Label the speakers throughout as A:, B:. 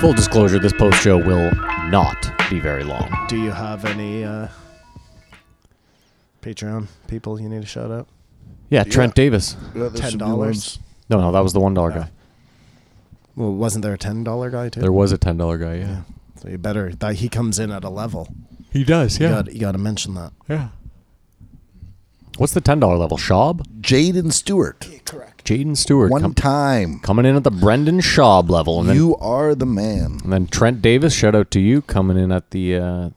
A: Full disclosure, this post show will not be very long.
B: Do you have any uh, Patreon people you need to shout out?
A: Yeah, Trent Davis.
C: Yeah, there's some new
B: $10?
C: ones.
A: No, no, that was the one dollar guy.
B: Well, wasn't there a ten dollar guy too?
A: There was a ten dollar guy. Yeah.
B: Yeah. So you better that he comes in at a level.
A: he does.
B: You got you got to mention that.
A: yeah. What's the ten dollar level? Schaub,
C: Jaden Stewart,
A: Jaden Stewart,
C: one
A: com-
C: time.
A: coming in at the Brendan Schaub level, and then
C: You are the man.
A: and then Trent Davis. Shout out to you coming in at the. Uh,
C: And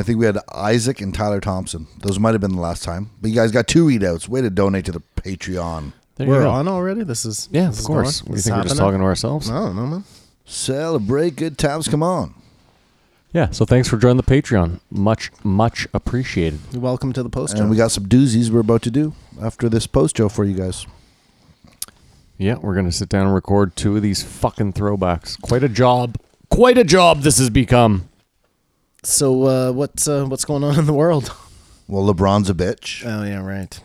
C: I think we had Isaac and Tyler Thompson. Those might have been the last time. But you guys got two readouts. Way to donate to the Patreon.
A: there you
B: We're
A: go.
B: on already. This is
A: Yeah,
B: this
A: of
B: is
A: course.
B: going?
A: We
B: This
A: think
B: is
A: we're just talking
B: happening?
A: to ourselves.
B: No, no man.
C: Celebrate good times. Come on.
A: Yeah. So thanks for joining the Patreon. Much, much appreciated.
B: Welcome to the post.
C: And we got some doozies we're about to do after this post show for you guys.
A: Yeah, we're gonna sit down and record two of these fucking throwbacks. Quite a job. Quite a job this has become.
B: so uh, what's uh, what's going on in the world?
C: Well, LeBron's a bitch.
B: Oh yeah, right.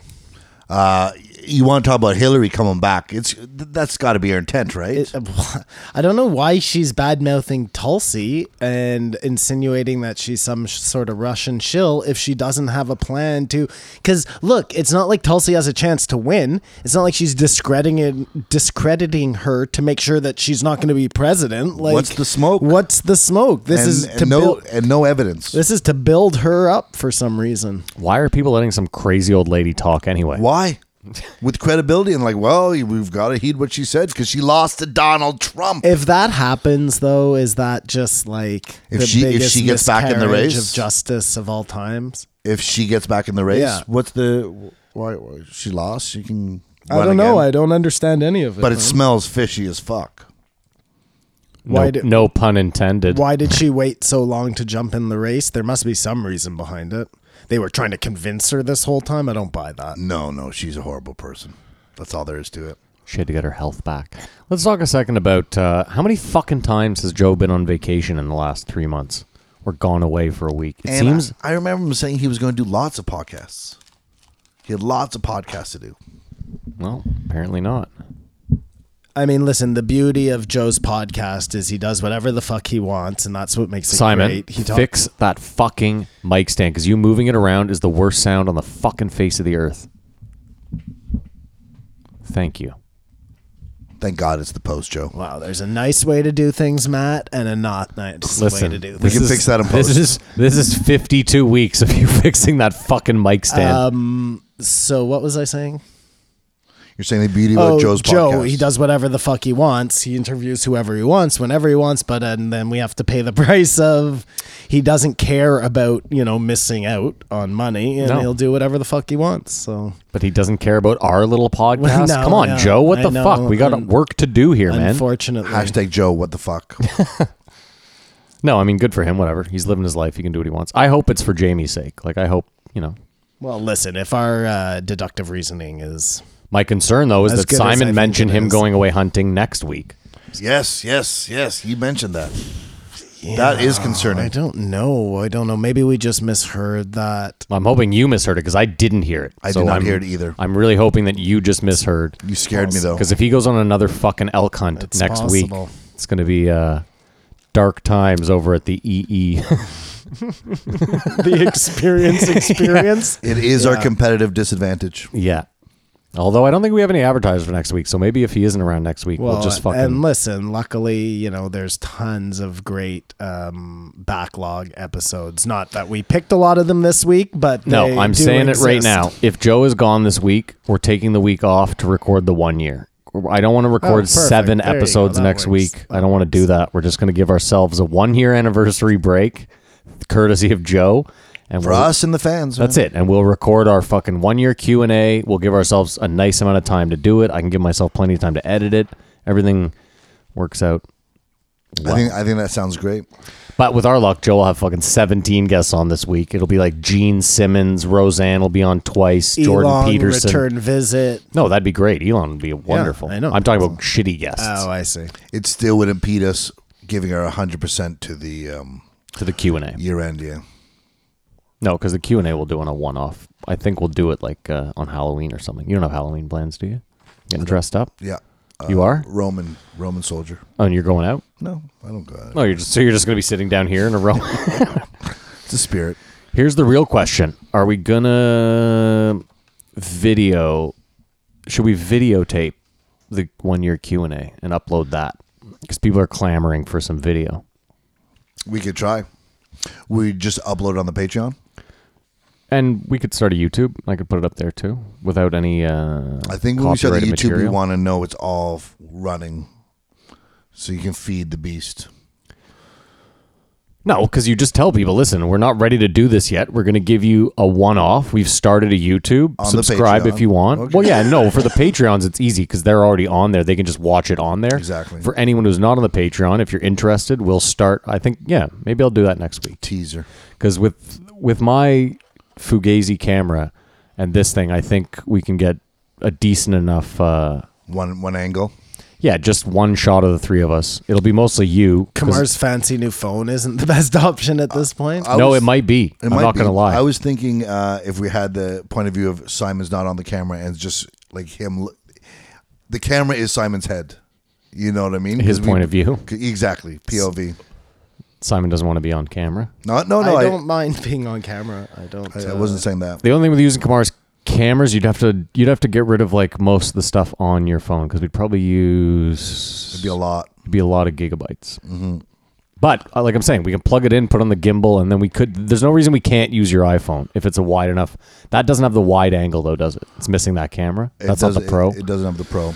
C: Uh, you want to talk about Hillary coming back? It's th- that's got to be her intent, right?
B: It, I don't know why she's bad mouthing Tulsi and insinuating that she's some sh- sort of Russian shill if she doesn't have a plan to. Because look, it's not like Tulsi has a chance to win. It's not like she's discrediting it- discrediting her to make sure that she's not going to be president. Like
C: What's the smoke?
B: What's the smoke? This
C: and,
B: is to
C: and no
B: build,
C: and no evidence.
B: this is to build her up for some reason.
A: Why are people letting some crazy old lady talk anyway?
C: Why? With credibility and like, well, we've got to heed what she said because she lost to Donald Trump.
B: If that happens, though, is that just like
C: If
B: the
C: she- if
B: biggest
C: she gets back in the
B: miscarriage
C: race?
B: of justice of all times?
C: if she gets back in the race,
B: Yeah.
C: what's the why, why she lost? She can.
B: I
C: run
B: don't know.
C: again.
B: I don't understand any of it.
C: but it
B: man.
C: smells fishy as fuck.
A: No,
B: Why do-
A: no pun intended.
B: why did she wait so long to jump in the race? There must be some reason behind it. They were trying to convince her this whole time. I don't buy that.
C: No, no, she's a horrible person. That's all there is to it.
A: She had to get her health back. Let's talk a second about uh, how many fucking times has Joe been on vacation in the last three months or gone away for a week? It
C: And
A: seems
C: I, I remember him saying he was going to do lots of podcasts. He had lots of podcasts to do.
A: well, apparently not.
B: I mean, listen. The beauty of Joe's podcast is he does whatever the fuck he wants, and that's what makes it
A: Simon,
B: great. He talks.
A: fix that fucking mic stand because you moving it around is the worst sound on the fucking face of the earth. Thank you.
C: Thank God it's the post, Joe.
B: Wow, there's a nice way to do things, Matt, and a not nice way
A: Listen,
B: to do
A: this
B: things.
C: can
A: is-
C: fix that in
A: This
C: post.
A: is this is 52 weeks of you fixing that fucking mic stand.
B: Um. So what was I saying?
C: You're saying the beauty about Joe's
B: Oh, Joe,
C: podcast.
B: he does whatever the fuck he wants. He interviews whoever he wants, whenever he wants, but uh, and then we have to pay the price of he doesn't care about, you know, missing out on money and
A: No.
B: he'll do whatever the fuck he wants. So
A: But he doesn't care about our little podcast.
B: No,
A: Come on,
B: no,
A: Joe. What
B: I
A: the
B: know,
A: fuck? We got
B: un-
A: work to do here, man.
B: unfortunately.
C: Hashtag Joe, what the fuck?
A: No, I mean, good for him. Whatever. He's living his life. He can do what he wants. I hope it's for Jamie's sake. Like, I hope you know.
B: well, listen, if our uh, deductive reasoning is
A: My concern though is
B: As
A: that
B: good as I
A: Simon
B: think
A: mentioned
B: it
A: him
B: is.
A: going away hunting next week.
C: yes, yes, yes. You mentioned that. That is
B: I
C: concerning.
B: don't know. I don't know. Maybe we just misheard that.
A: I'm hoping you misheard it because I didn't hear it.
C: I did not hear it either.
A: I'm really hoping that you just misheard
C: You scared me though.
A: because if he goes on another fucking elk hunt
B: It's
A: next
B: possible.
A: week, it's going to be uh, dark times over at the E EE.
B: the experience experience.
C: It is our competitive disadvantage.
A: Yeah. Although I don't think we have any advertisers for next week, so maybe if he isn't around next week, we'll, just fucking.
B: and listen. Luckily, you know, there's tons of great um, backlog episodes. Not that we picked a lot of them this week, but they
A: no, I'm
B: do
A: saying it right
B: exist.
A: now. If Joe is gone this week, we're taking the week off to record the one year. I don't want to record
B: Oh, perfect.
A: seven
B: There you go.
A: episodes
B: That
A: next
B: works.
A: week. I don't want to do that. We're just going to give ourselves a one year anniversary break, courtesy of Joe. And
C: For
A: we'll-
C: us and the fans.
A: That's it, and we'll record our fucking one year Q and A. We'll give ourselves a nice amount of time to do it. I can give myself plenty of time to edit it. Everything works out
C: I think I think that sounds great.
A: But with our luck, Joe will have fucking 17 guests on this week. It'll be like Gene Simmons, Roseanne will be on twice, Jordan
B: Elon
A: Peterson.
B: return visit.
A: No, that'd be great. Elon would be wonderful.
B: I know.
A: I'm talking about shitty guests
B: Oh, I see.
C: It still would impede us giving her hundred percent to the um,
A: to the Q&A.
C: year end. Yeah,
A: No, because the Q&A we'll do on a one-off. I think we'll do it like uh, on Halloween or something. You don't have Halloween plans, do you? Getting dressed up?
C: yeah.
A: you are?
C: Roman Roman soldier.
A: Oh, and you're going out?
C: No, I don't go. out.
A: Oh, you're just, so you're just gonna be sitting down here in a row.
C: It's a spirit.
A: Here's the real question: Are we gonna video? Should we videotape the one year Q and A and upload that? Because people are clamoring for some video.
C: We could try. We just upload it on the Patreon.
A: And we could start a YouTube. I could put it up there too, without any. Uh,
C: I think when we start the
A: copyrighted
C: YouTube, we
A: material.
C: want to know it's all f- running, so you can feed the beast.
A: No, because you just tell people, listen, we're not ready to do this yet. We're going to give you a one off. We've started a YouTube.
C: On the
A: Subscribe if
C: Patreon.
A: you want.
C: Okay.
A: Well, yeah, no, for the Patreons, it's easy because they're already on there. They can just watch it on there.
C: Exactly.
A: For anyone who's not on the Patreon, if you're interested, we'll start. I think, yeah, maybe I'll do that next week
C: Teaser.
A: because with with my Fugazi camera and this thing, I think we can get a decent enough. Uh,
C: One one angle.
A: yeah, just one shot of the three of us. It'll be mostly you. 'cause-
B: Kamar's fancy new phone isn't the best option at this point.
C: I
A: no,
C: was-
A: it might be.
C: It
A: I'm
C: might
A: not
C: be.
A: going to lie.
C: I was thinking uh, if we had the point of view of Simon's not on the camera and it's just like him. l- The camera is Simon's head. You know what I mean?
A: His
C: 'Cause we-
A: point of view.
C: Exactly. POV.
A: Simon doesn't want to be on camera.
C: No, no, no.
B: I
C: I,
B: don't mind being on camera. I don't.
C: I, I
B: uh,
C: wasn't saying that.
A: The only thing with using Kamara's cameras, you'd have to you'd have to get rid of like most of the stuff on your phone because we'd probably use
C: It'd be a Mm-hmm. lot.
A: it'd be a lot of gigabytes. But uh, like I'm saying, we can plug it in, put on the gimbal, and then we could. There's no reason we can't use your iPhone if it's a wide enough. That doesn't have the wide angle though, does it? It's missing that camera.
C: It
A: That's not the
C: doesn't-
A: pro. Hmm.
C: It, it doesn't have the pro.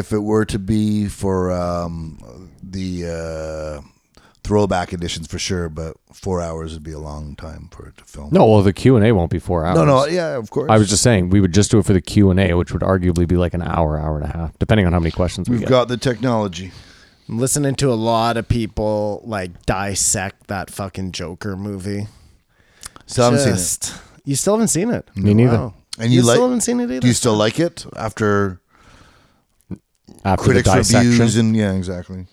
C: If it were to be for um, the uh, throwback editions, for sure. But four hours would be a long time for it to film.
A: no, well the Q and A won't be four hours.
C: no, no. Yeah, of course.
A: I was just saying we would just do it for the Q and A, which would arguably be like an hour, hour and a half, depending on how many questions we
C: We've
A: get.
C: got the technology.
B: I'm listening to a lot of people like dissect that fucking Joker movie.
C: Still haven't seen it.
B: Just- You still haven't seen it.
A: Me neither.
C: And you, like?
B: still haven't seen it either.
C: do you still like it after
A: After the
C: critics
A: dissection.
C: reviews and yeah, exactly.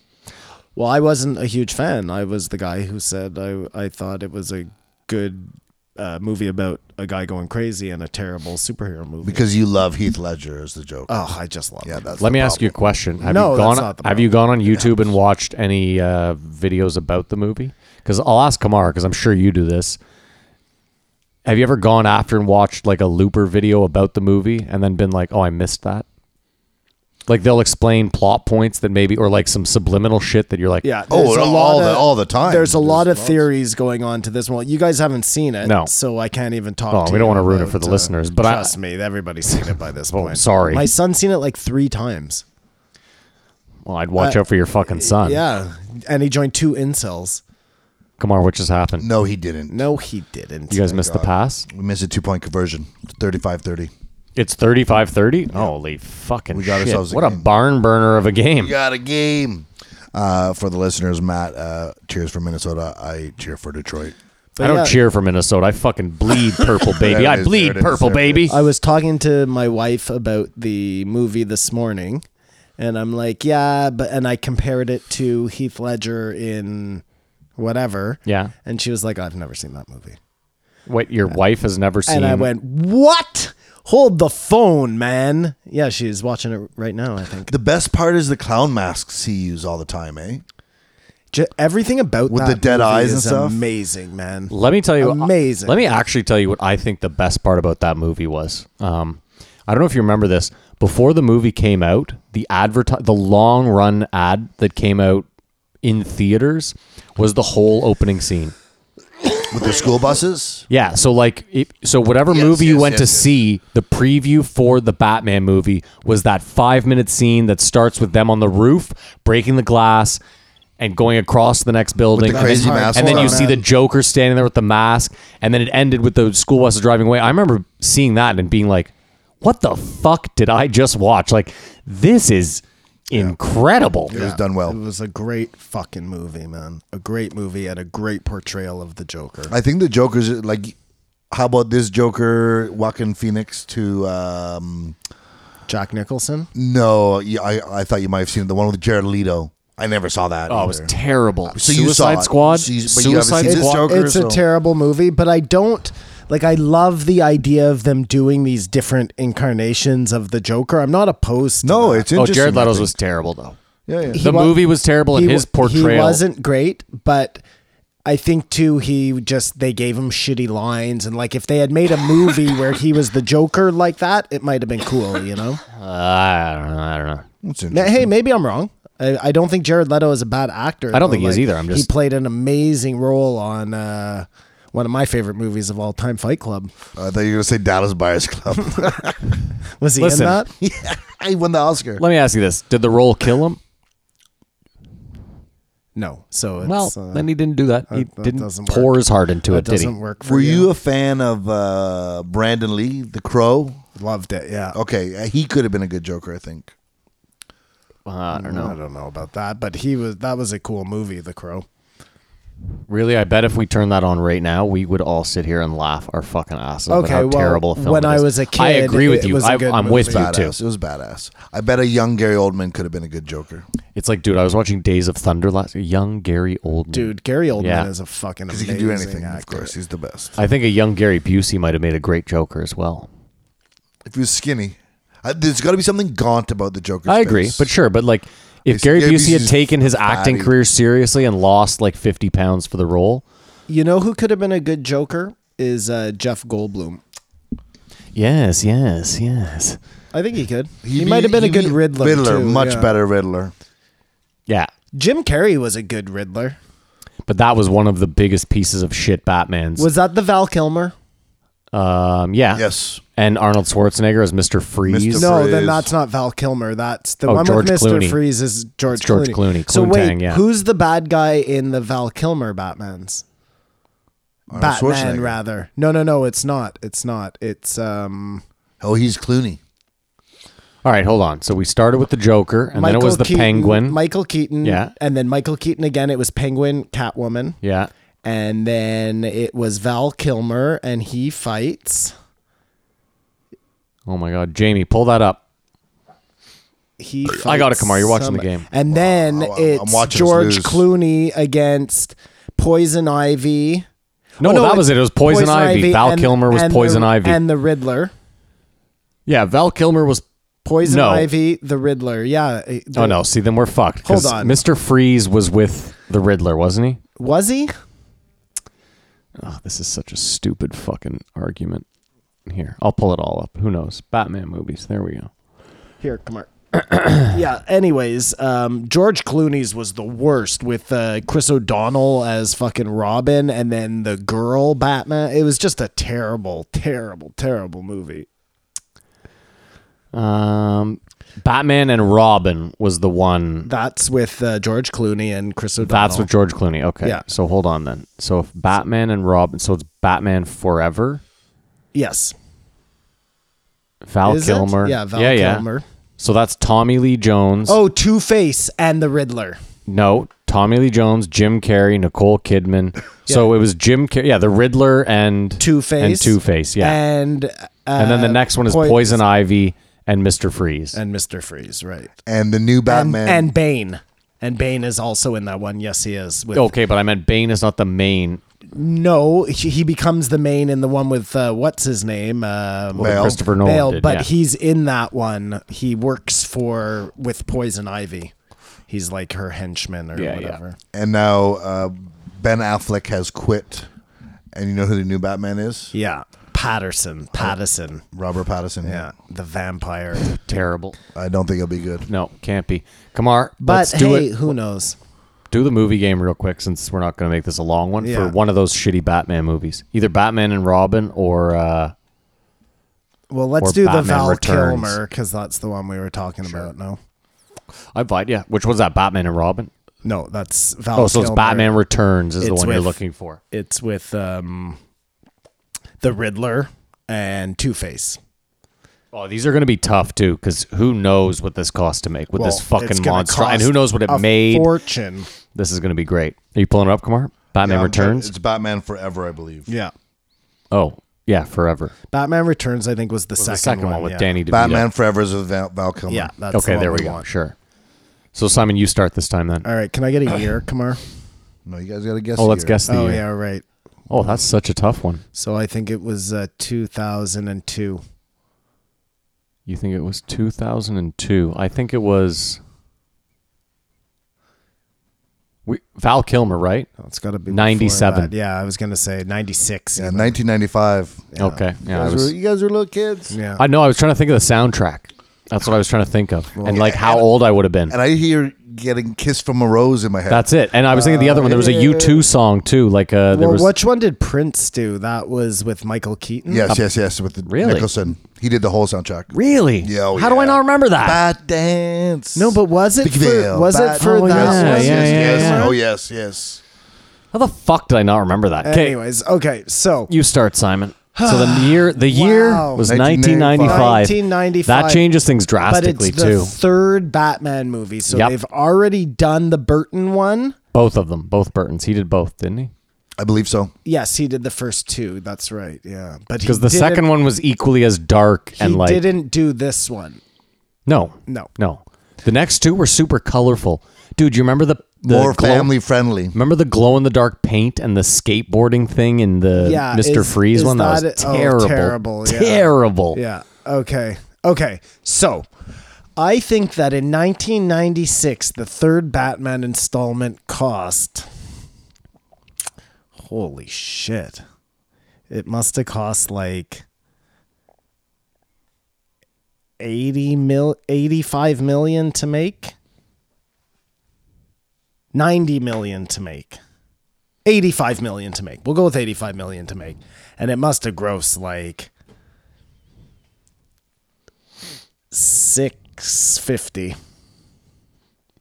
B: well, I wasn't a huge fan. I was the guy who said I I thought it was a good uh, movie about a guy going crazy and a terrible superhero movie.
C: Because you love Heath Ledger as the joke.
B: oh, I just love
C: yeah,
B: it.
C: that's.
A: Let
C: the
A: me ask you a
C: problem.
A: question. Have
B: No,
A: you
B: that's
A: gone?
B: not the
A: have you gone on YouTube and watched any uh, videos about the movie? Because I'll ask Kamar because I'm sure you do this. Have you ever gone after and watched like a looper video about the movie and then been like, "Oh, I missed that." Like they'll explain plot points that maybe, or like some subliminal shit that you're like,
B: Yeah.
C: Oh,
B: there's a
C: all
B: lot
C: the- all the time.
B: There's a
C: There's
B: lot of
C: lots.
B: theories going on to this one. You guys haven't seen it,
A: No.
B: so I can't even talk.
A: Oh,
B: to
A: we don't
B: you
A: wanna ruin it
B: about, uh,
A: for the listeners, but I-
B: trust me, everybody's seen it by this
A: "Oh,
B: point.
A: sorry."
B: My son's seen it like three times.
A: well, I'd watch
B: Uh,
A: out for your fucking son.
B: Yeah, and he joined two incels.
A: Kamar, what just happened?
C: No, he didn't.
B: No, he didn't.
A: you guys missed the pass.
C: We missed a two point conversion. 35 30.
A: It's 35-30? Holy fucking
C: We got
A: shit.
C: ourselves a
A: what a
C: game.
A: barn burner of a game.
C: We got a game. Uh, for the listeners, Matt uh, cheers for Minnesota. I cheer for Detroit.
B: But
A: I don't
B: yeah,
A: cheer for Minnesota. I fucking bleed purple, baby.
C: There it
A: I
C: is,
A: bleed
C: there it is,
A: purple,
C: there it
A: baby.
B: I was talking to my wife about the movie this morning, and I'm like, yeah, but and I compared it to Heath Ledger in whatever.
A: Yeah.
B: and she was like, I've never seen that movie.
A: What your wife has never seen.
B: And I went, What? Hold the phone, man. Yeah, she's watching it right now, I think.
C: The best part is the clown masks he used all the time, eh?
B: Ju- everything about
C: With
B: that
C: the dead
B: movie
C: eyes and
B: is
C: stuff?
B: amazing, man.
A: Let me tell you. uh,
B: Amazing.
A: Let me actually tell you what I think the best part about that movie was. Um, I don't know if you remember this. Before the movie came out, the adverti- the long run ad that came out in theaters was the whole opening scene.
C: With the school buses.
A: Yeah, so like, it, so whatever
C: Yes,
A: movie you
C: yes,
A: went
C: yes,
A: to
C: yes.
A: see, the preview for the Batman movie was that five minute scene that starts with them on the roof breaking the glass and going across to the next building.
C: the crazy
A: and, then-
C: mask
A: and then
C: on.
A: you see the Joker standing there with the mask, and then it ended with the school buses driving away. I remember seeing that and being like, "What the fuck did I just watch? Like, this is incredible."
C: It was done
B: It
C: well.
B: was a great fucking movie, man. A great movie and a great portrayal of the Joker.
C: I think the Joker's like, how about this Joker, Joaquin Phoenix to. Um,
B: Jack Nicholson.
C: no, yeah, I, I thought you might have seen it, the one with Jared Leto. I never saw that.
A: Oh, it was
C: either.
A: terrible.
C: So you
A: Suicide
C: saw it.
A: Squad.
C: So you- but you haven't
A: Suicide
C: seen this
A: Squad.
C: Joker,
B: it's a
C: so-
B: terrible movie, but I don't like I love the idea of them doing these different incarnations of the Joker. I'm not opposed. To
C: No,
B: that.
C: it's
A: Oh,
C: interesting.
A: Jared
C: I
A: Leto's
C: think.
A: was terrible though.
C: Yeah, yeah.
A: the
B: wa-
A: movie was terrible, and
B: He
A: his
B: wa-
A: portrayal
B: He wasn't great, but I think too he just they gave him shitty lines and like if they had made a movie where he was the Joker like that, it might have been cool, you know.
A: Uh, I don't know. I don't know.
C: That's
B: Ma-
C: interesting.
B: Hey, maybe I'm wrong. I, I don't think Jared Leto is a bad actor.
A: I don't
B: though.
A: think he is either. I'm
B: he
A: just-
B: played an amazing role on uh, one of my favorite movies of all time, Fight Club.
C: I thought you were gonna say Dallas Buyers Club.
B: Was he
A: Listen.
B: in that?
C: he won the Oscar.
A: Let me ask you this: Did the role kill him?
B: No. So it's,
A: Well,
B: uh,
A: then he didn't do that. He
B: that
A: didn't
B: doesn't
A: pour
B: work.
A: his heart into
B: that
A: it, did he?
B: doesn't work for
C: Were you a fan of uh, Brandon Lee, The Crow?
B: Loved it. Yeah.
C: Okay, uh, he could have been a good Joker, I think.
A: I don't
B: I
A: know.
B: don't know about that, but he was. That was a cool movie, The Crow.
A: Really, I bet if we turned that on right now, we would all sit here and laugh our fucking asses off at
B: Okay,
A: how
B: well,
A: terrible a film
B: when
A: it
B: I
A: is.
B: was a
A: I
B: kid,
A: agree
B: it-
A: with
B: it
A: you.
B: was a
A: I,
B: good
A: I'm with
B: movie.
A: you too.
C: Badass. It was badass. I bet a young Gary Oldman could have been a good Joker
A: It's like, dude, I was watching Days of Thunder last. Young Gary Oldman.
B: Dude, Gary Oldman
A: Yeah.
B: is a fucking
C: because
B: amazing
C: he can do anything.
B: actor.
C: Of course, he's the best.
A: I think a young Gary Busey might have made a great Joker as well.
C: If he was skinny, I, there's got to be something gaunt about the Joker.
A: I agree, but sure, but like if
C: It's-
A: Gary
C: Gary
A: Busey had
C: Busey's
A: taken his acting
C: fatty.
A: career seriously and lost like 50 pounds for the role,
B: You know who could have been a good Joker is uh, Jeff Goldblum.
A: yes, yes, yes,
B: I think he could. He, might have been a good Riddler.
C: Riddler,
B: too,
C: much
B: yeah.
C: better Riddler.
A: yeah.
B: Jim Carrey was a good Riddler.
A: But that was one of the biggest pieces of shit Batman's.
B: Was that the Val Kilmer?
A: um, yeah,
C: Yes.
A: and Arnold Schwarzenegger as Mr. Freeze.
C: Mr.
B: No, then
C: Freeze.
B: that's not Val Kilmer. That's the
A: Oh,
B: one
A: George
B: with Mr.
A: Clooney.
B: Freeze is George,
A: It's George
B: Clooney.
A: Clooney,
B: So wait,
A: Clooney, yeah.
B: who's the bad guy in the Val Kilmer Batman's?
C: Arnold
B: Batman
C: Schwarzenegger.
B: rather. No, no, no, it's not. It's not. It's um
C: Oh, he's Clooney.
A: All right, hold on. So we started with the Joker, and then it was the
B: Keaton,
A: Penguin.
B: Michael Keaton.
A: Yeah.
B: And then Michael Keaton again, it was Penguin, Catwoman.
A: yeah,
B: And then it was Val Kilmer and he fights.
A: Oh my God, Jamie, pull that up.
B: He
A: I got it,
B: fights
A: Kamar. You're watching the
B: somebody.
A: game.
B: And then
C: I'm- I'm
B: it's
C: watching us
B: George
C: lose.
B: Clooney against Poison Ivy.
A: No,
B: Oh,
A: that
B: it-
A: was it. It was Poison, Ivy. Val
B: and-
A: Kilmer was
B: and
A: Poison
B: the,
A: Ivy.
B: and the Riddler.
A: yeah, Val Kilmer was.
B: Poison
A: No.
B: Ivy, the Riddler. Yeah. eh, the-
A: Oh no, see, then we're fucked. 'cause
B: Hold on.
A: Mr. Freeze was with the Riddler, wasn't he?
B: Was he?
A: Oh, this is such a stupid fucking argument. Here, I'll pull it all up. Who knows? Batman movies. There we go.
B: Here, come on. yeah. Anyways, um, George Clooney's was the worst with uh, Chris O'Donnell as fucking Robin, and then the girl Batman. It was just a terrible, terrible, terrible movie.
A: Um, Batman and Robin was the one.
B: That's with uh, George Clooney and Chris O'Donnell.
A: That's with George Clooney. Okay.
B: Yeah.
A: So hold on then. So if Batman and Robin, so it's Batman Forever.
B: yes.
A: Val
B: Is it?
A: Kilmer.
B: Yeah, Val Kilmer.
A: So that's Tommy Lee Jones.
B: Oh, Two Face and the Riddler.
A: No, Tommy Lee Jones, Jim Carrey, Nicole Kidman. So it was Jim Carrey, yeah, the Riddler and
B: Two Face
A: and Two Face, yeah. And,
B: and uh,
A: then the next one is
B: Poi-
A: Poison Ivy and Mister Freeze.
B: and Mister Freeze, right?
C: And the new
B: And,
C: Batman.
B: and Bane, and Bane is also in that one. Yes, he is. With,
A: okay, but I meant Bane is not the main.
B: No, he he becomes the main in the one with uh, what's his name, um,
C: Bale.
A: Christopher Nolan
B: Bale,
A: did,
B: but
A: yeah.
B: he's in that one. He works for with Poison Ivy. He's like her henchman or
A: Yeah, yeah.
B: whatever.
C: And now uh, Ben Affleck has quit. And you know who the new Batman is?
B: Yeah.
A: Oh.
B: Patterson, Patterson.
C: Robert Pattinson.
B: Yeah, the vampire.
A: terrible.
C: I don't think he'll be good.
A: No, can't be. Kamar,
B: But
A: let's do
B: hey,
A: it.
B: who knows?
A: Do the movie game real quick since we're not going to make this a long one
B: Yeah.
A: for one of those shitty Batman movies. Either Batman and Robin or uh,
B: Well, let's
A: Or
B: do the
A: Batman
B: Val
A: Returns.
B: Kilmer because that's the one we were talking about. No,
A: I fight, yeah. Which one's that Batman and Robin?
B: no, that's Val.
A: Oh, so it's
B: Kilmer.
A: Batman Returns is the
B: It's
A: one you're
B: with-
A: looking for.
B: It's with um, the Riddler and Two Face.
A: Oh, these are going to be tough too, because who knows what this cost to make with this
B: Well, it's
A: fucking
B: gonna
A: monster, and
B: cost
A: who knows what it
B: a
A: made.
B: Fortune.
A: this is going to be great. Are you pulling it up, Kumar? Batman
C: Yeah,
A: Returns.
C: It's Batman Forever, I believe.
B: Yeah.
A: oh, yeah, forever.
B: Batman Returns, I think, was the, second,
A: the second one, with
B: yeah.
A: Danny DeVito.
C: Batman Forever is with Val, Val Kilmer.
B: Yeah, that's the
A: okay,
B: one
A: there we go.
B: want.
A: Sure. So Simon, you start this time then.
B: All right, can I get a year, Kamar?
C: No, you guys got to guess.
A: oh, let's
C: here.
A: guess the
B: Oh
A: year.
B: yeah, right.
A: Oh, that's such a tough one.
B: So I think it was uh, 2002.
A: You think it was 2002? I think it was. We, Val Kilmer, right?
B: Oh, it's got to be before
A: 97.
B: that. Yeah, I was gonna say 96.
C: Yeah, 1995.
A: Okay.
C: You,
A: Yeah, Oh, I
C: guys
A: was.
C: were, you guys were little kids.
B: Yeah.
A: I know. I was trying to think of the soundtrack. That's what I was trying to think of, and like how old I would have been.
C: And I hear getting kissed from a rose in my head.
A: That's it. And I was thinking the other one. There was a U two song too. Like uh, there
B: well,
A: was.
B: which one did Prince do? That was with Michael Keaton.
C: yes, yes, yes. With the
A: Really?
C: Nicholson, he did the whole soundtrack.
A: Really?
C: Yeah, oh,
A: How do I
C: yeah.
A: not remember that?
C: Bad dance.
B: No, but was it
C: Big
B: for,
C: Veil,
B: was
C: Bad
B: it for
A: Oh,
B: that
A: yeah,
B: one?
C: Yes,
A: yeah,
C: yes,
A: yeah,
C: yes.
A: yeah.
C: Oh yes, yes.
A: How the fuck did I not remember that? 'Kay,
B: Anyways, okay, so
A: you start, Simon. So the year the year
B: Wow.
A: was
C: 1995.
A: 1995.
B: 1995.
A: That changes things
B: but it's
A: drastically
B: the
A: too.
B: third Batman movie, so
A: Yep.
B: they've already done the Burton one.
A: Both of them, both Burtons. He did both, didn't he?
C: I believe so.
B: Yes, he did the first two. That's right. Yeah, but
A: Because the second one was equally as dark
B: he
A: and like
B: didn't do this one.
A: no,
B: No.
A: no. The next two were super colorful, dude. You remember the, the
C: More
A: glow-
C: family friendly.
A: Remember the glow in the dark paint and the skateboarding thing in the
B: Yeah,
A: Mister
B: is-
A: Freeze
B: is
A: one? That,
B: that it?
A: was
B: Oh,
A: terrible,
B: terrible, yeah.
A: terrible.
B: Yeah. Okay. Okay. So, I think that in 1996, the third Batman installment cost. Holy shit! It must have cost like. 80 mil 85 million to make 90 million to make 85 million to make we'll go with 85 million to make and it must have grossed like 650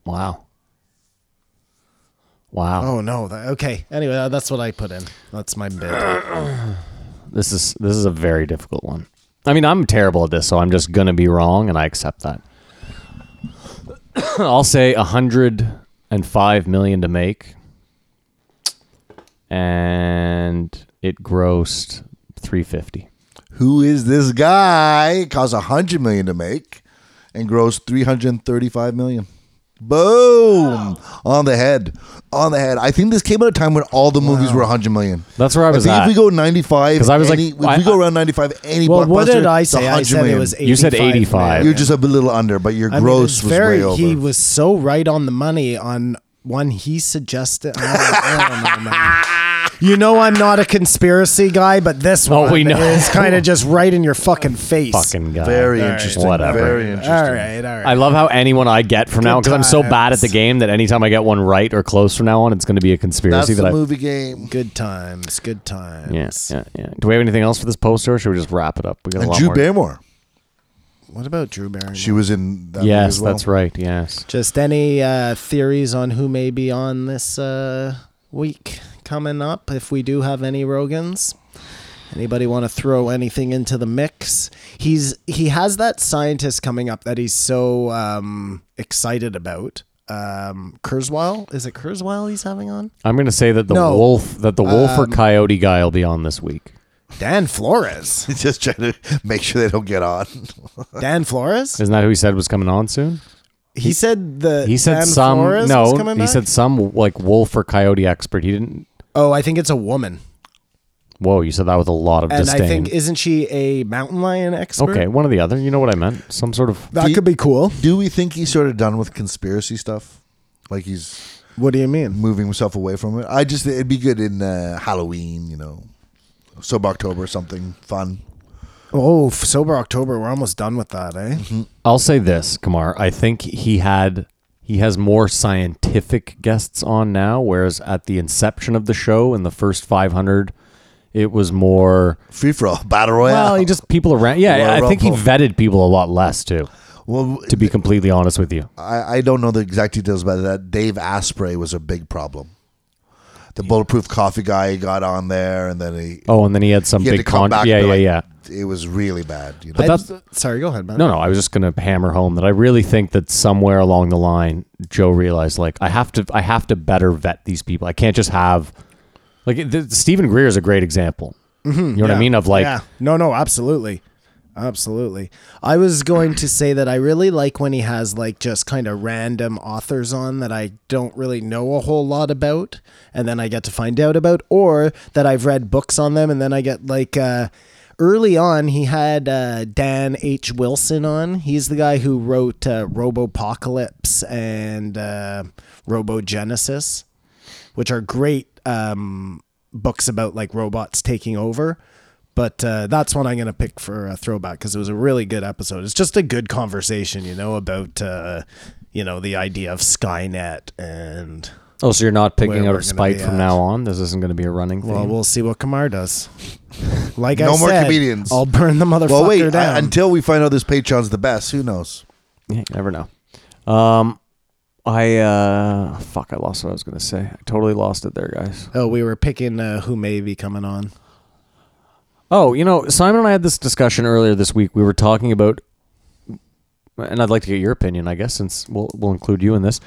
A: Wow. Wow.
B: oh no that, okay anyway uh, that's what i put in that's my bid
A: This is this is a very difficult one. I mean, I'm terrible at this, so I'm just gonna be wrong, and I accept that. I'll say hundred and five million to make, and it grossed three fifty.
C: Who is this guy? Cost a hundred million to make, and grows three hundred thirty-five million. Boom! On the head, on the head. I think this came at a time when all the movies were were hundred million.
A: That's where I was
C: think
A: at.
C: if we go ninety-five,
A: 'Cause I was like,
C: any- if
A: I-
C: we go around ninety-five, any
B: well
C: blockbuster,
B: what did i
C: it's
B: say i
C: 100
B: said it
C: million.
B: was 85
A: You said 85.
B: million.
C: You're just a bit little under, but your
B: I mean,
C: gross
B: it's
C: was
B: very,
C: way over.
B: He was so right on the money on one he suggested. I don't know, I don't know, man. You know I'm not a conspiracy guy, but this
A: Oh,
B: one
A: we know.
B: is kind of just right in your fucking face.
A: Fucking guy.
C: very interesting.
A: Whatever.
C: Very interesting.
B: All right, all right.
A: I love how anyone I get from now because I'm so bad at the game that anytime I get one right or close from now on, it's going to be a
C: That's
A: conspiracy
C: the
A: that I.
C: movie game.
B: good times, good times.
A: Yeah, yeah, yeah. Do we have anything else for this poster? or Should we just wrap it up? We got a
C: And
A: lot
C: Drew
A: more.
C: Barrymore,
B: What about Drew Barrymore?
C: she was in. That movie
A: yes,
C: as well.
A: that's right. Yes.
B: just any uh, theories on who may be on this uh, week coming up if we do have any Rogans? Anybody want to throw anything into the mix? He's he has that scientist coming up that he's so um, excited about. Um, Kurzweil is it Kurzweil he's having on?
A: I'm gonna say that the
B: No. Um,
A: wolf that the wolf or coyote guy will be on this week.
B: Dan Flores.
C: Just trying to make sure they don't get on.
B: Dan Flores.
A: Isn't that who he said was coming on soon?
B: He said the
A: He said
B: Dan
A: some
B: Flores was
A: no.
B: coming
A: He
B: back?
A: said some like wolf or coyote expert. He didn't.
B: oh I think it's a woman
A: Whoa, you said that with a lot of
B: and
A: disdain.
B: I think isn't she a mountain lion expert?
A: okay, one or the other. You know what I meant? Some sort of
B: that could be cool.
C: Do we think he's sort of done with conspiracy stuff? Like he's
B: What do you mean?
C: moving himself away from it. I just it'd be good in uh, Halloween, you know, Sober October, something fun.
B: Oh, f- sober October. We're almost done with that, eh?
A: I'll say this, Kamar. I think he had he has more scientific guests on now, whereas at the inception of the show in the first 500, it was more
C: Free for all, battle royale.
A: well, he just people around. Yeah,
C: Royal
A: I think he
C: Rumble.
A: vetted people a lot less too.
C: well,
A: To be completely honest with you,
C: I, I don't know the exact details about that. Dave Asprey was a big problem. The bulletproof coffee guy got on there, and then he,
A: oh, and then he had some
C: he had to
A: big
C: come
A: con.
C: back.
A: Yeah,
C: and
A: yeah,
C: be
A: yeah.
C: like, It was really bad. You
A: But
C: know?
A: that's
B: Sorry, go ahead, man.
A: no, no. I was just gonna hammer home that I really think that somewhere along the line, Joe realized like I have to, I have to better vet these people. I can't just have
C: Mm-hmm.
A: like the, Stephen Greer is a great example. you know what I mean? Of like
B: yeah, no, no, absolutely. Absolutely. I was going to say that I really like when he has like just kind of random authors on that I don't really know a whole lot about and then I get to find out about or that I've read books on them and then I get like uh early on he had uh Dan H Wilson on. He's the guy who wrote uh, Robopocalypse and uh Robogenesis which are great um, books about like robots taking over. But uh, that's one I'm going to pick for a throwback because it was a really good episode. It's just a good conversation, you know, about uh, you know the idea of Skynet, and
A: Oh, so you're not
B: Where
A: picking
B: we're
A: out
B: gonna
A: of spite
B: be
A: from
B: at.
A: now on? This isn't going to be a running thing.
B: well, we'll see what Kamar does. Like I
C: No more
B: said,
C: comedians.
B: I'll burn the motherfucker
C: Well, wait,
B: down.
C: I- until we find out this Patreon's the best. Who knows?
A: Yeah, you never know. Um, I uh, fuck, I lost what I was going to say. I totally lost it there, guys.
B: oh, we were picking uh, who may be coming on.
A: Oh, you know, Simon and I had this discussion earlier this week. We were talking about, and I'd like to get your opinion, I guess, since we'll we'll include you in this.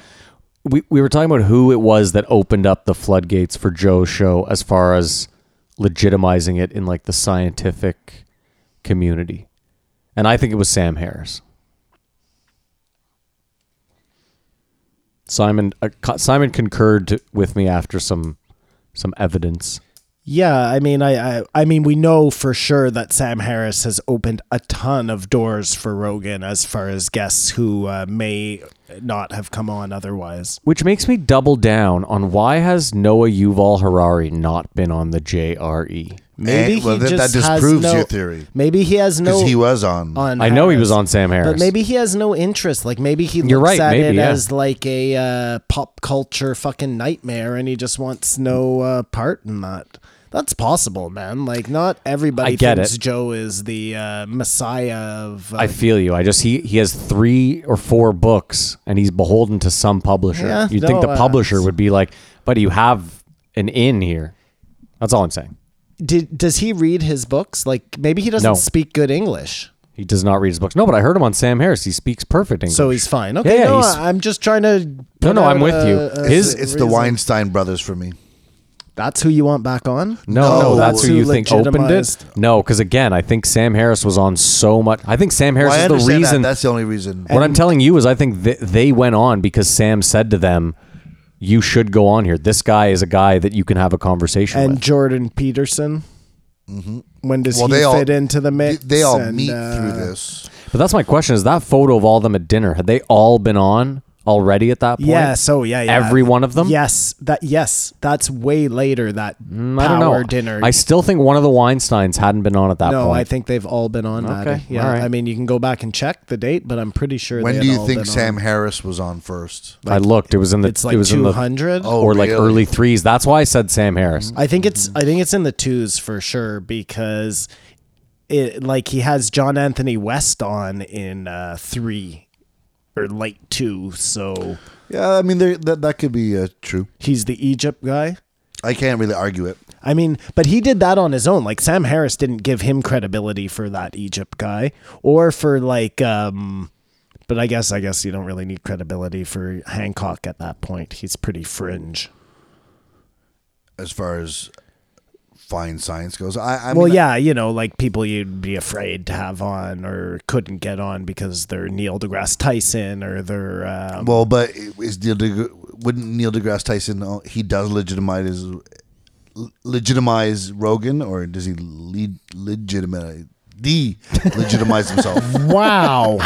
A: We we were talking about who it was that opened up the floodgates for Joe's show as far as legitimizing it in like the scientific community, and I think it was Sam Harris. Simon uh, co- Simon concurred to- with me after some some evidence.
B: Yeah, I mean, I, I, I mean, we know for sure that Sam Harris has opened a ton of doors for Rogan as far as guests who uh, may not have come on otherwise.
A: Which makes me double down on why has Noah Yuval Harari not been on the E? JRE?
B: Maybe
C: Eh, well,
B: he
C: that-
B: just
C: that
B: has
C: disproves
B: no-
C: your theory.
B: Maybe he has no.
C: Because he was on.
B: on
A: I know he
B: Harris,
A: was on Sam Harris.
B: but maybe he has no interest. Like maybe he
A: You're right,
B: looks at
A: maybe,
B: it
A: yeah.
B: as like a uh, pop culture fucking nightmare, and he just wants no uh, part in that. That's possible, man. Like not everybody
A: I get
B: thinks
A: it.
B: Joe is the uh, messiah of. Uh,
A: I feel you. I just he he has three or four books and he's beholden to some publisher.
B: Yeah,
A: You'd think
B: no,
A: the
B: uh,
A: publisher would be like, but you have an in here. That's all I'm saying.
B: Did does he read his books? Like maybe he doesn't
A: No.
B: speak good English,
A: He does not read his books. No, but I heard him on Sam Harris. He speaks perfect English.
B: so he's fine. Okay,
A: Yeah,
B: no,
A: he's-
B: I'm just trying to.
A: No,
B: put
A: no, I'm
B: out
A: with
B: a-
A: you.
B: a
A: His-
C: it's the
B: reason.
C: Weinstein brothers for me.
B: That's who you want back on.
A: no, no,
C: No,
A: that's who
B: who
A: you think opened it.
B: Oh, legitimized-
A: No, because again, I think Sam Harris was on so much. I think Sam Harris
C: Well, I
A: is the
C: understand
A: reason.
C: that. That's the only reason.
A: What I'm telling you is, I think th- they went on because Sam said to them, "You should go on here. This guy is a guy that you can have a conversation
B: And
A: with."
B: Jordan Peterson. When does
C: Mm-hmm. Well,
B: he
C: they all-
B: fit into the
C: They,
B: mix?
C: they all
B: And,
C: meet
B: uh,
C: through this.
A: But that's my question: Is that photo of all of them at dinner? Had they all been on already at that point?
B: Yes. Oh, yeah, yeah.
A: Every one of them.
B: Yes. That. Yes. That's way later. That
A: Mm,
B: power
A: I don't know.
B: dinner.
A: I still think one of the Weinsteins hadn't been on at that
B: no,
A: point.
B: I think they've all been on. that.
A: Okay,
B: Yeah.
A: all right.
B: I mean, you can go back and check the date, but I'm pretty sure.
C: When
B: they
C: do
B: had
C: you
B: all
C: think
B: been on.
C: Sam Harris was on first?
A: I looked. It was in the.
B: It's like
A: it was in the
B: 200.
C: Oh,
A: or like
C: really?
A: early threes. That's why I said Sam Harris.
B: I think it's
A: Mm-hmm.
B: I think it's in the twos for sure because it like he has John Anthony West on in uh, three or late two, so
C: Yeah, I mean, there- that that could be uh, true.
B: he's the Egypt guy.
C: I can't really argue it.
B: I mean, but he did that on his own. Like Sam Harris didn't give him credibility for that Egypt guy or for like um but I guess I guess you don't really need credibility for Hancock at that point. He's pretty fringe.
C: as far as fine science goes. I, I
B: well,
C: mean,
B: yeah, you know, like people you'd be afraid to have on or couldn't get on because they're Neil deGrasse Tyson or they're. Um,
C: Well, but is Neil deGr- wouldn't Neil deGrasse Tyson? oh, He does legitimize his- l- legitimize Rogan, or does he lead legitimize de legitimize himself?
B: wow,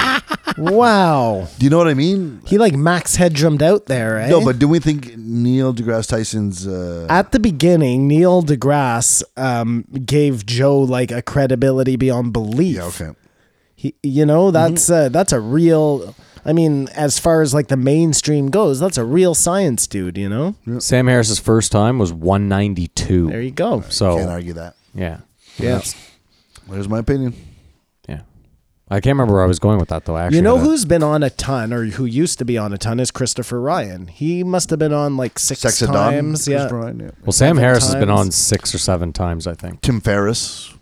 B: wow,
C: Do you know what I mean?
B: he like Max Headroomed out there, eh?
C: No, but do we think Neil deGrasse Tyson's? Uh,
B: At the beginning, Neil deGrasse um, gave Joe like a credibility beyond belief.
C: yeah, okay. Mm-hmm.
B: He, you know, that's uh, that's a real. I mean, as far as like the mainstream goes, that's a real science dude. You know,
A: Sam Harris's first time was 192.
B: there you go.
C: Can't
A: so
C: argue that.
A: yeah,
B: Yeah.
C: There's my opinion.
A: yeah. I can't remember where I was going with that though. I Actually,
B: You know
A: had a-
B: who's been on a ton, or who used to be on a ton, is Christopher Ryan. He must have been on like six
C: Sexadon.
B: times.
C: Chris
B: Yeah.
C: Bryan, yeah.
A: Well, Sam
B: Seven
A: Harris has been
B: times.
A: on six or seven times, I think.
C: Tim Ferriss.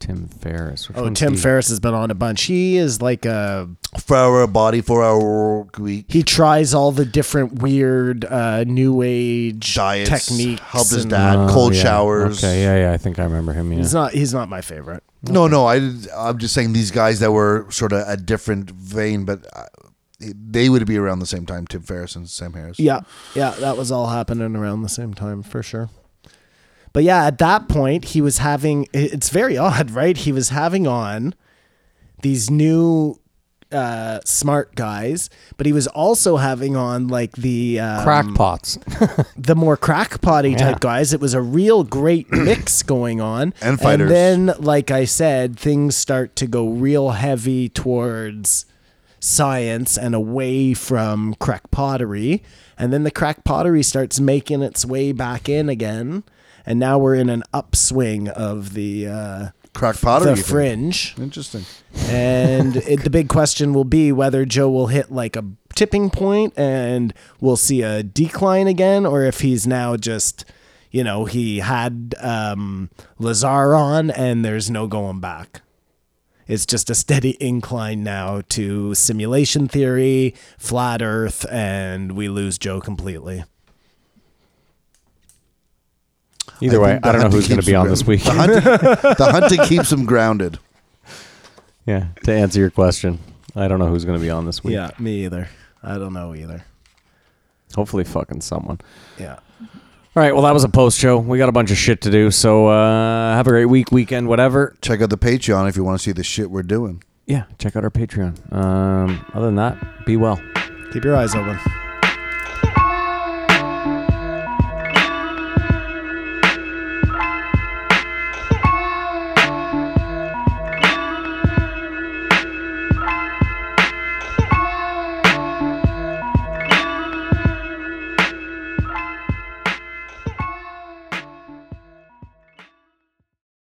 A: Tim Ferriss. Which
B: Oh,
A: one's
B: Tim
A: he?
B: Ferriss has been on a bunch. He is like a
C: Four hour body, four hour work week.
B: he tries all the different weird uh, new age
C: Diets,
B: techniques.
C: helped his
B: and-
C: dad.
A: Oh,
C: Cold
A: yeah.
C: showers. um,
A: Okay, yeah, yeah. I think I remember him. Yeah.
B: He's not. He's not my favorite.
C: No, no, I did, I'm just saying these guys that were sort of a different vein, but uh, they would be around the same time. Tim Ferriss and Sam Harris.
B: Yeah, yeah, that was all happening around the same time for sure. But yeah, at that point, he was having it- it's very odd, right? He was having on these new uh smart guys but he was also having on like the um,
A: Crackpots.
B: the more crackpotty
A: Yeah.
B: type guys it was a real great mix going on
C: And fighters.
B: then like i said things start to go real heavy towards science and away from crack pottery. And then the crack pottery starts making its way back in again. And now we're in an upswing of the uh,
C: Crack pottery.
B: the
C: you think?
B: fringe.
C: Interesting.
B: And it, the big question will be whether Joe will hit like a tipping point and we'll see a decline again, or if he's now just. You know, he had um, Lazar on, and there's no going back. It's just a steady incline now to simulation theory, flat Earth, and we lose Joe completely.
A: Either way,
C: think the
A: I don't know
C: hunting
A: who's going
C: keeps
A: to be
C: him
A: on this
C: grounded.
A: week.
C: The hunting keeps them grounded.
A: yeah, to answer your question, I don't know who's going to be on this week.
B: me either. I don't know either.
A: Hopefully, fucking someone.
B: Yeah.
A: All right. Well, that was a post show. We got a bunch of shit to do. So uh, have a great week, weekend, whatever.
C: Check out the Patreon if you want to see the shit we're doing.
A: Yeah. Check out our Patreon. Um, other than that, be well.
B: Keep your eyes open.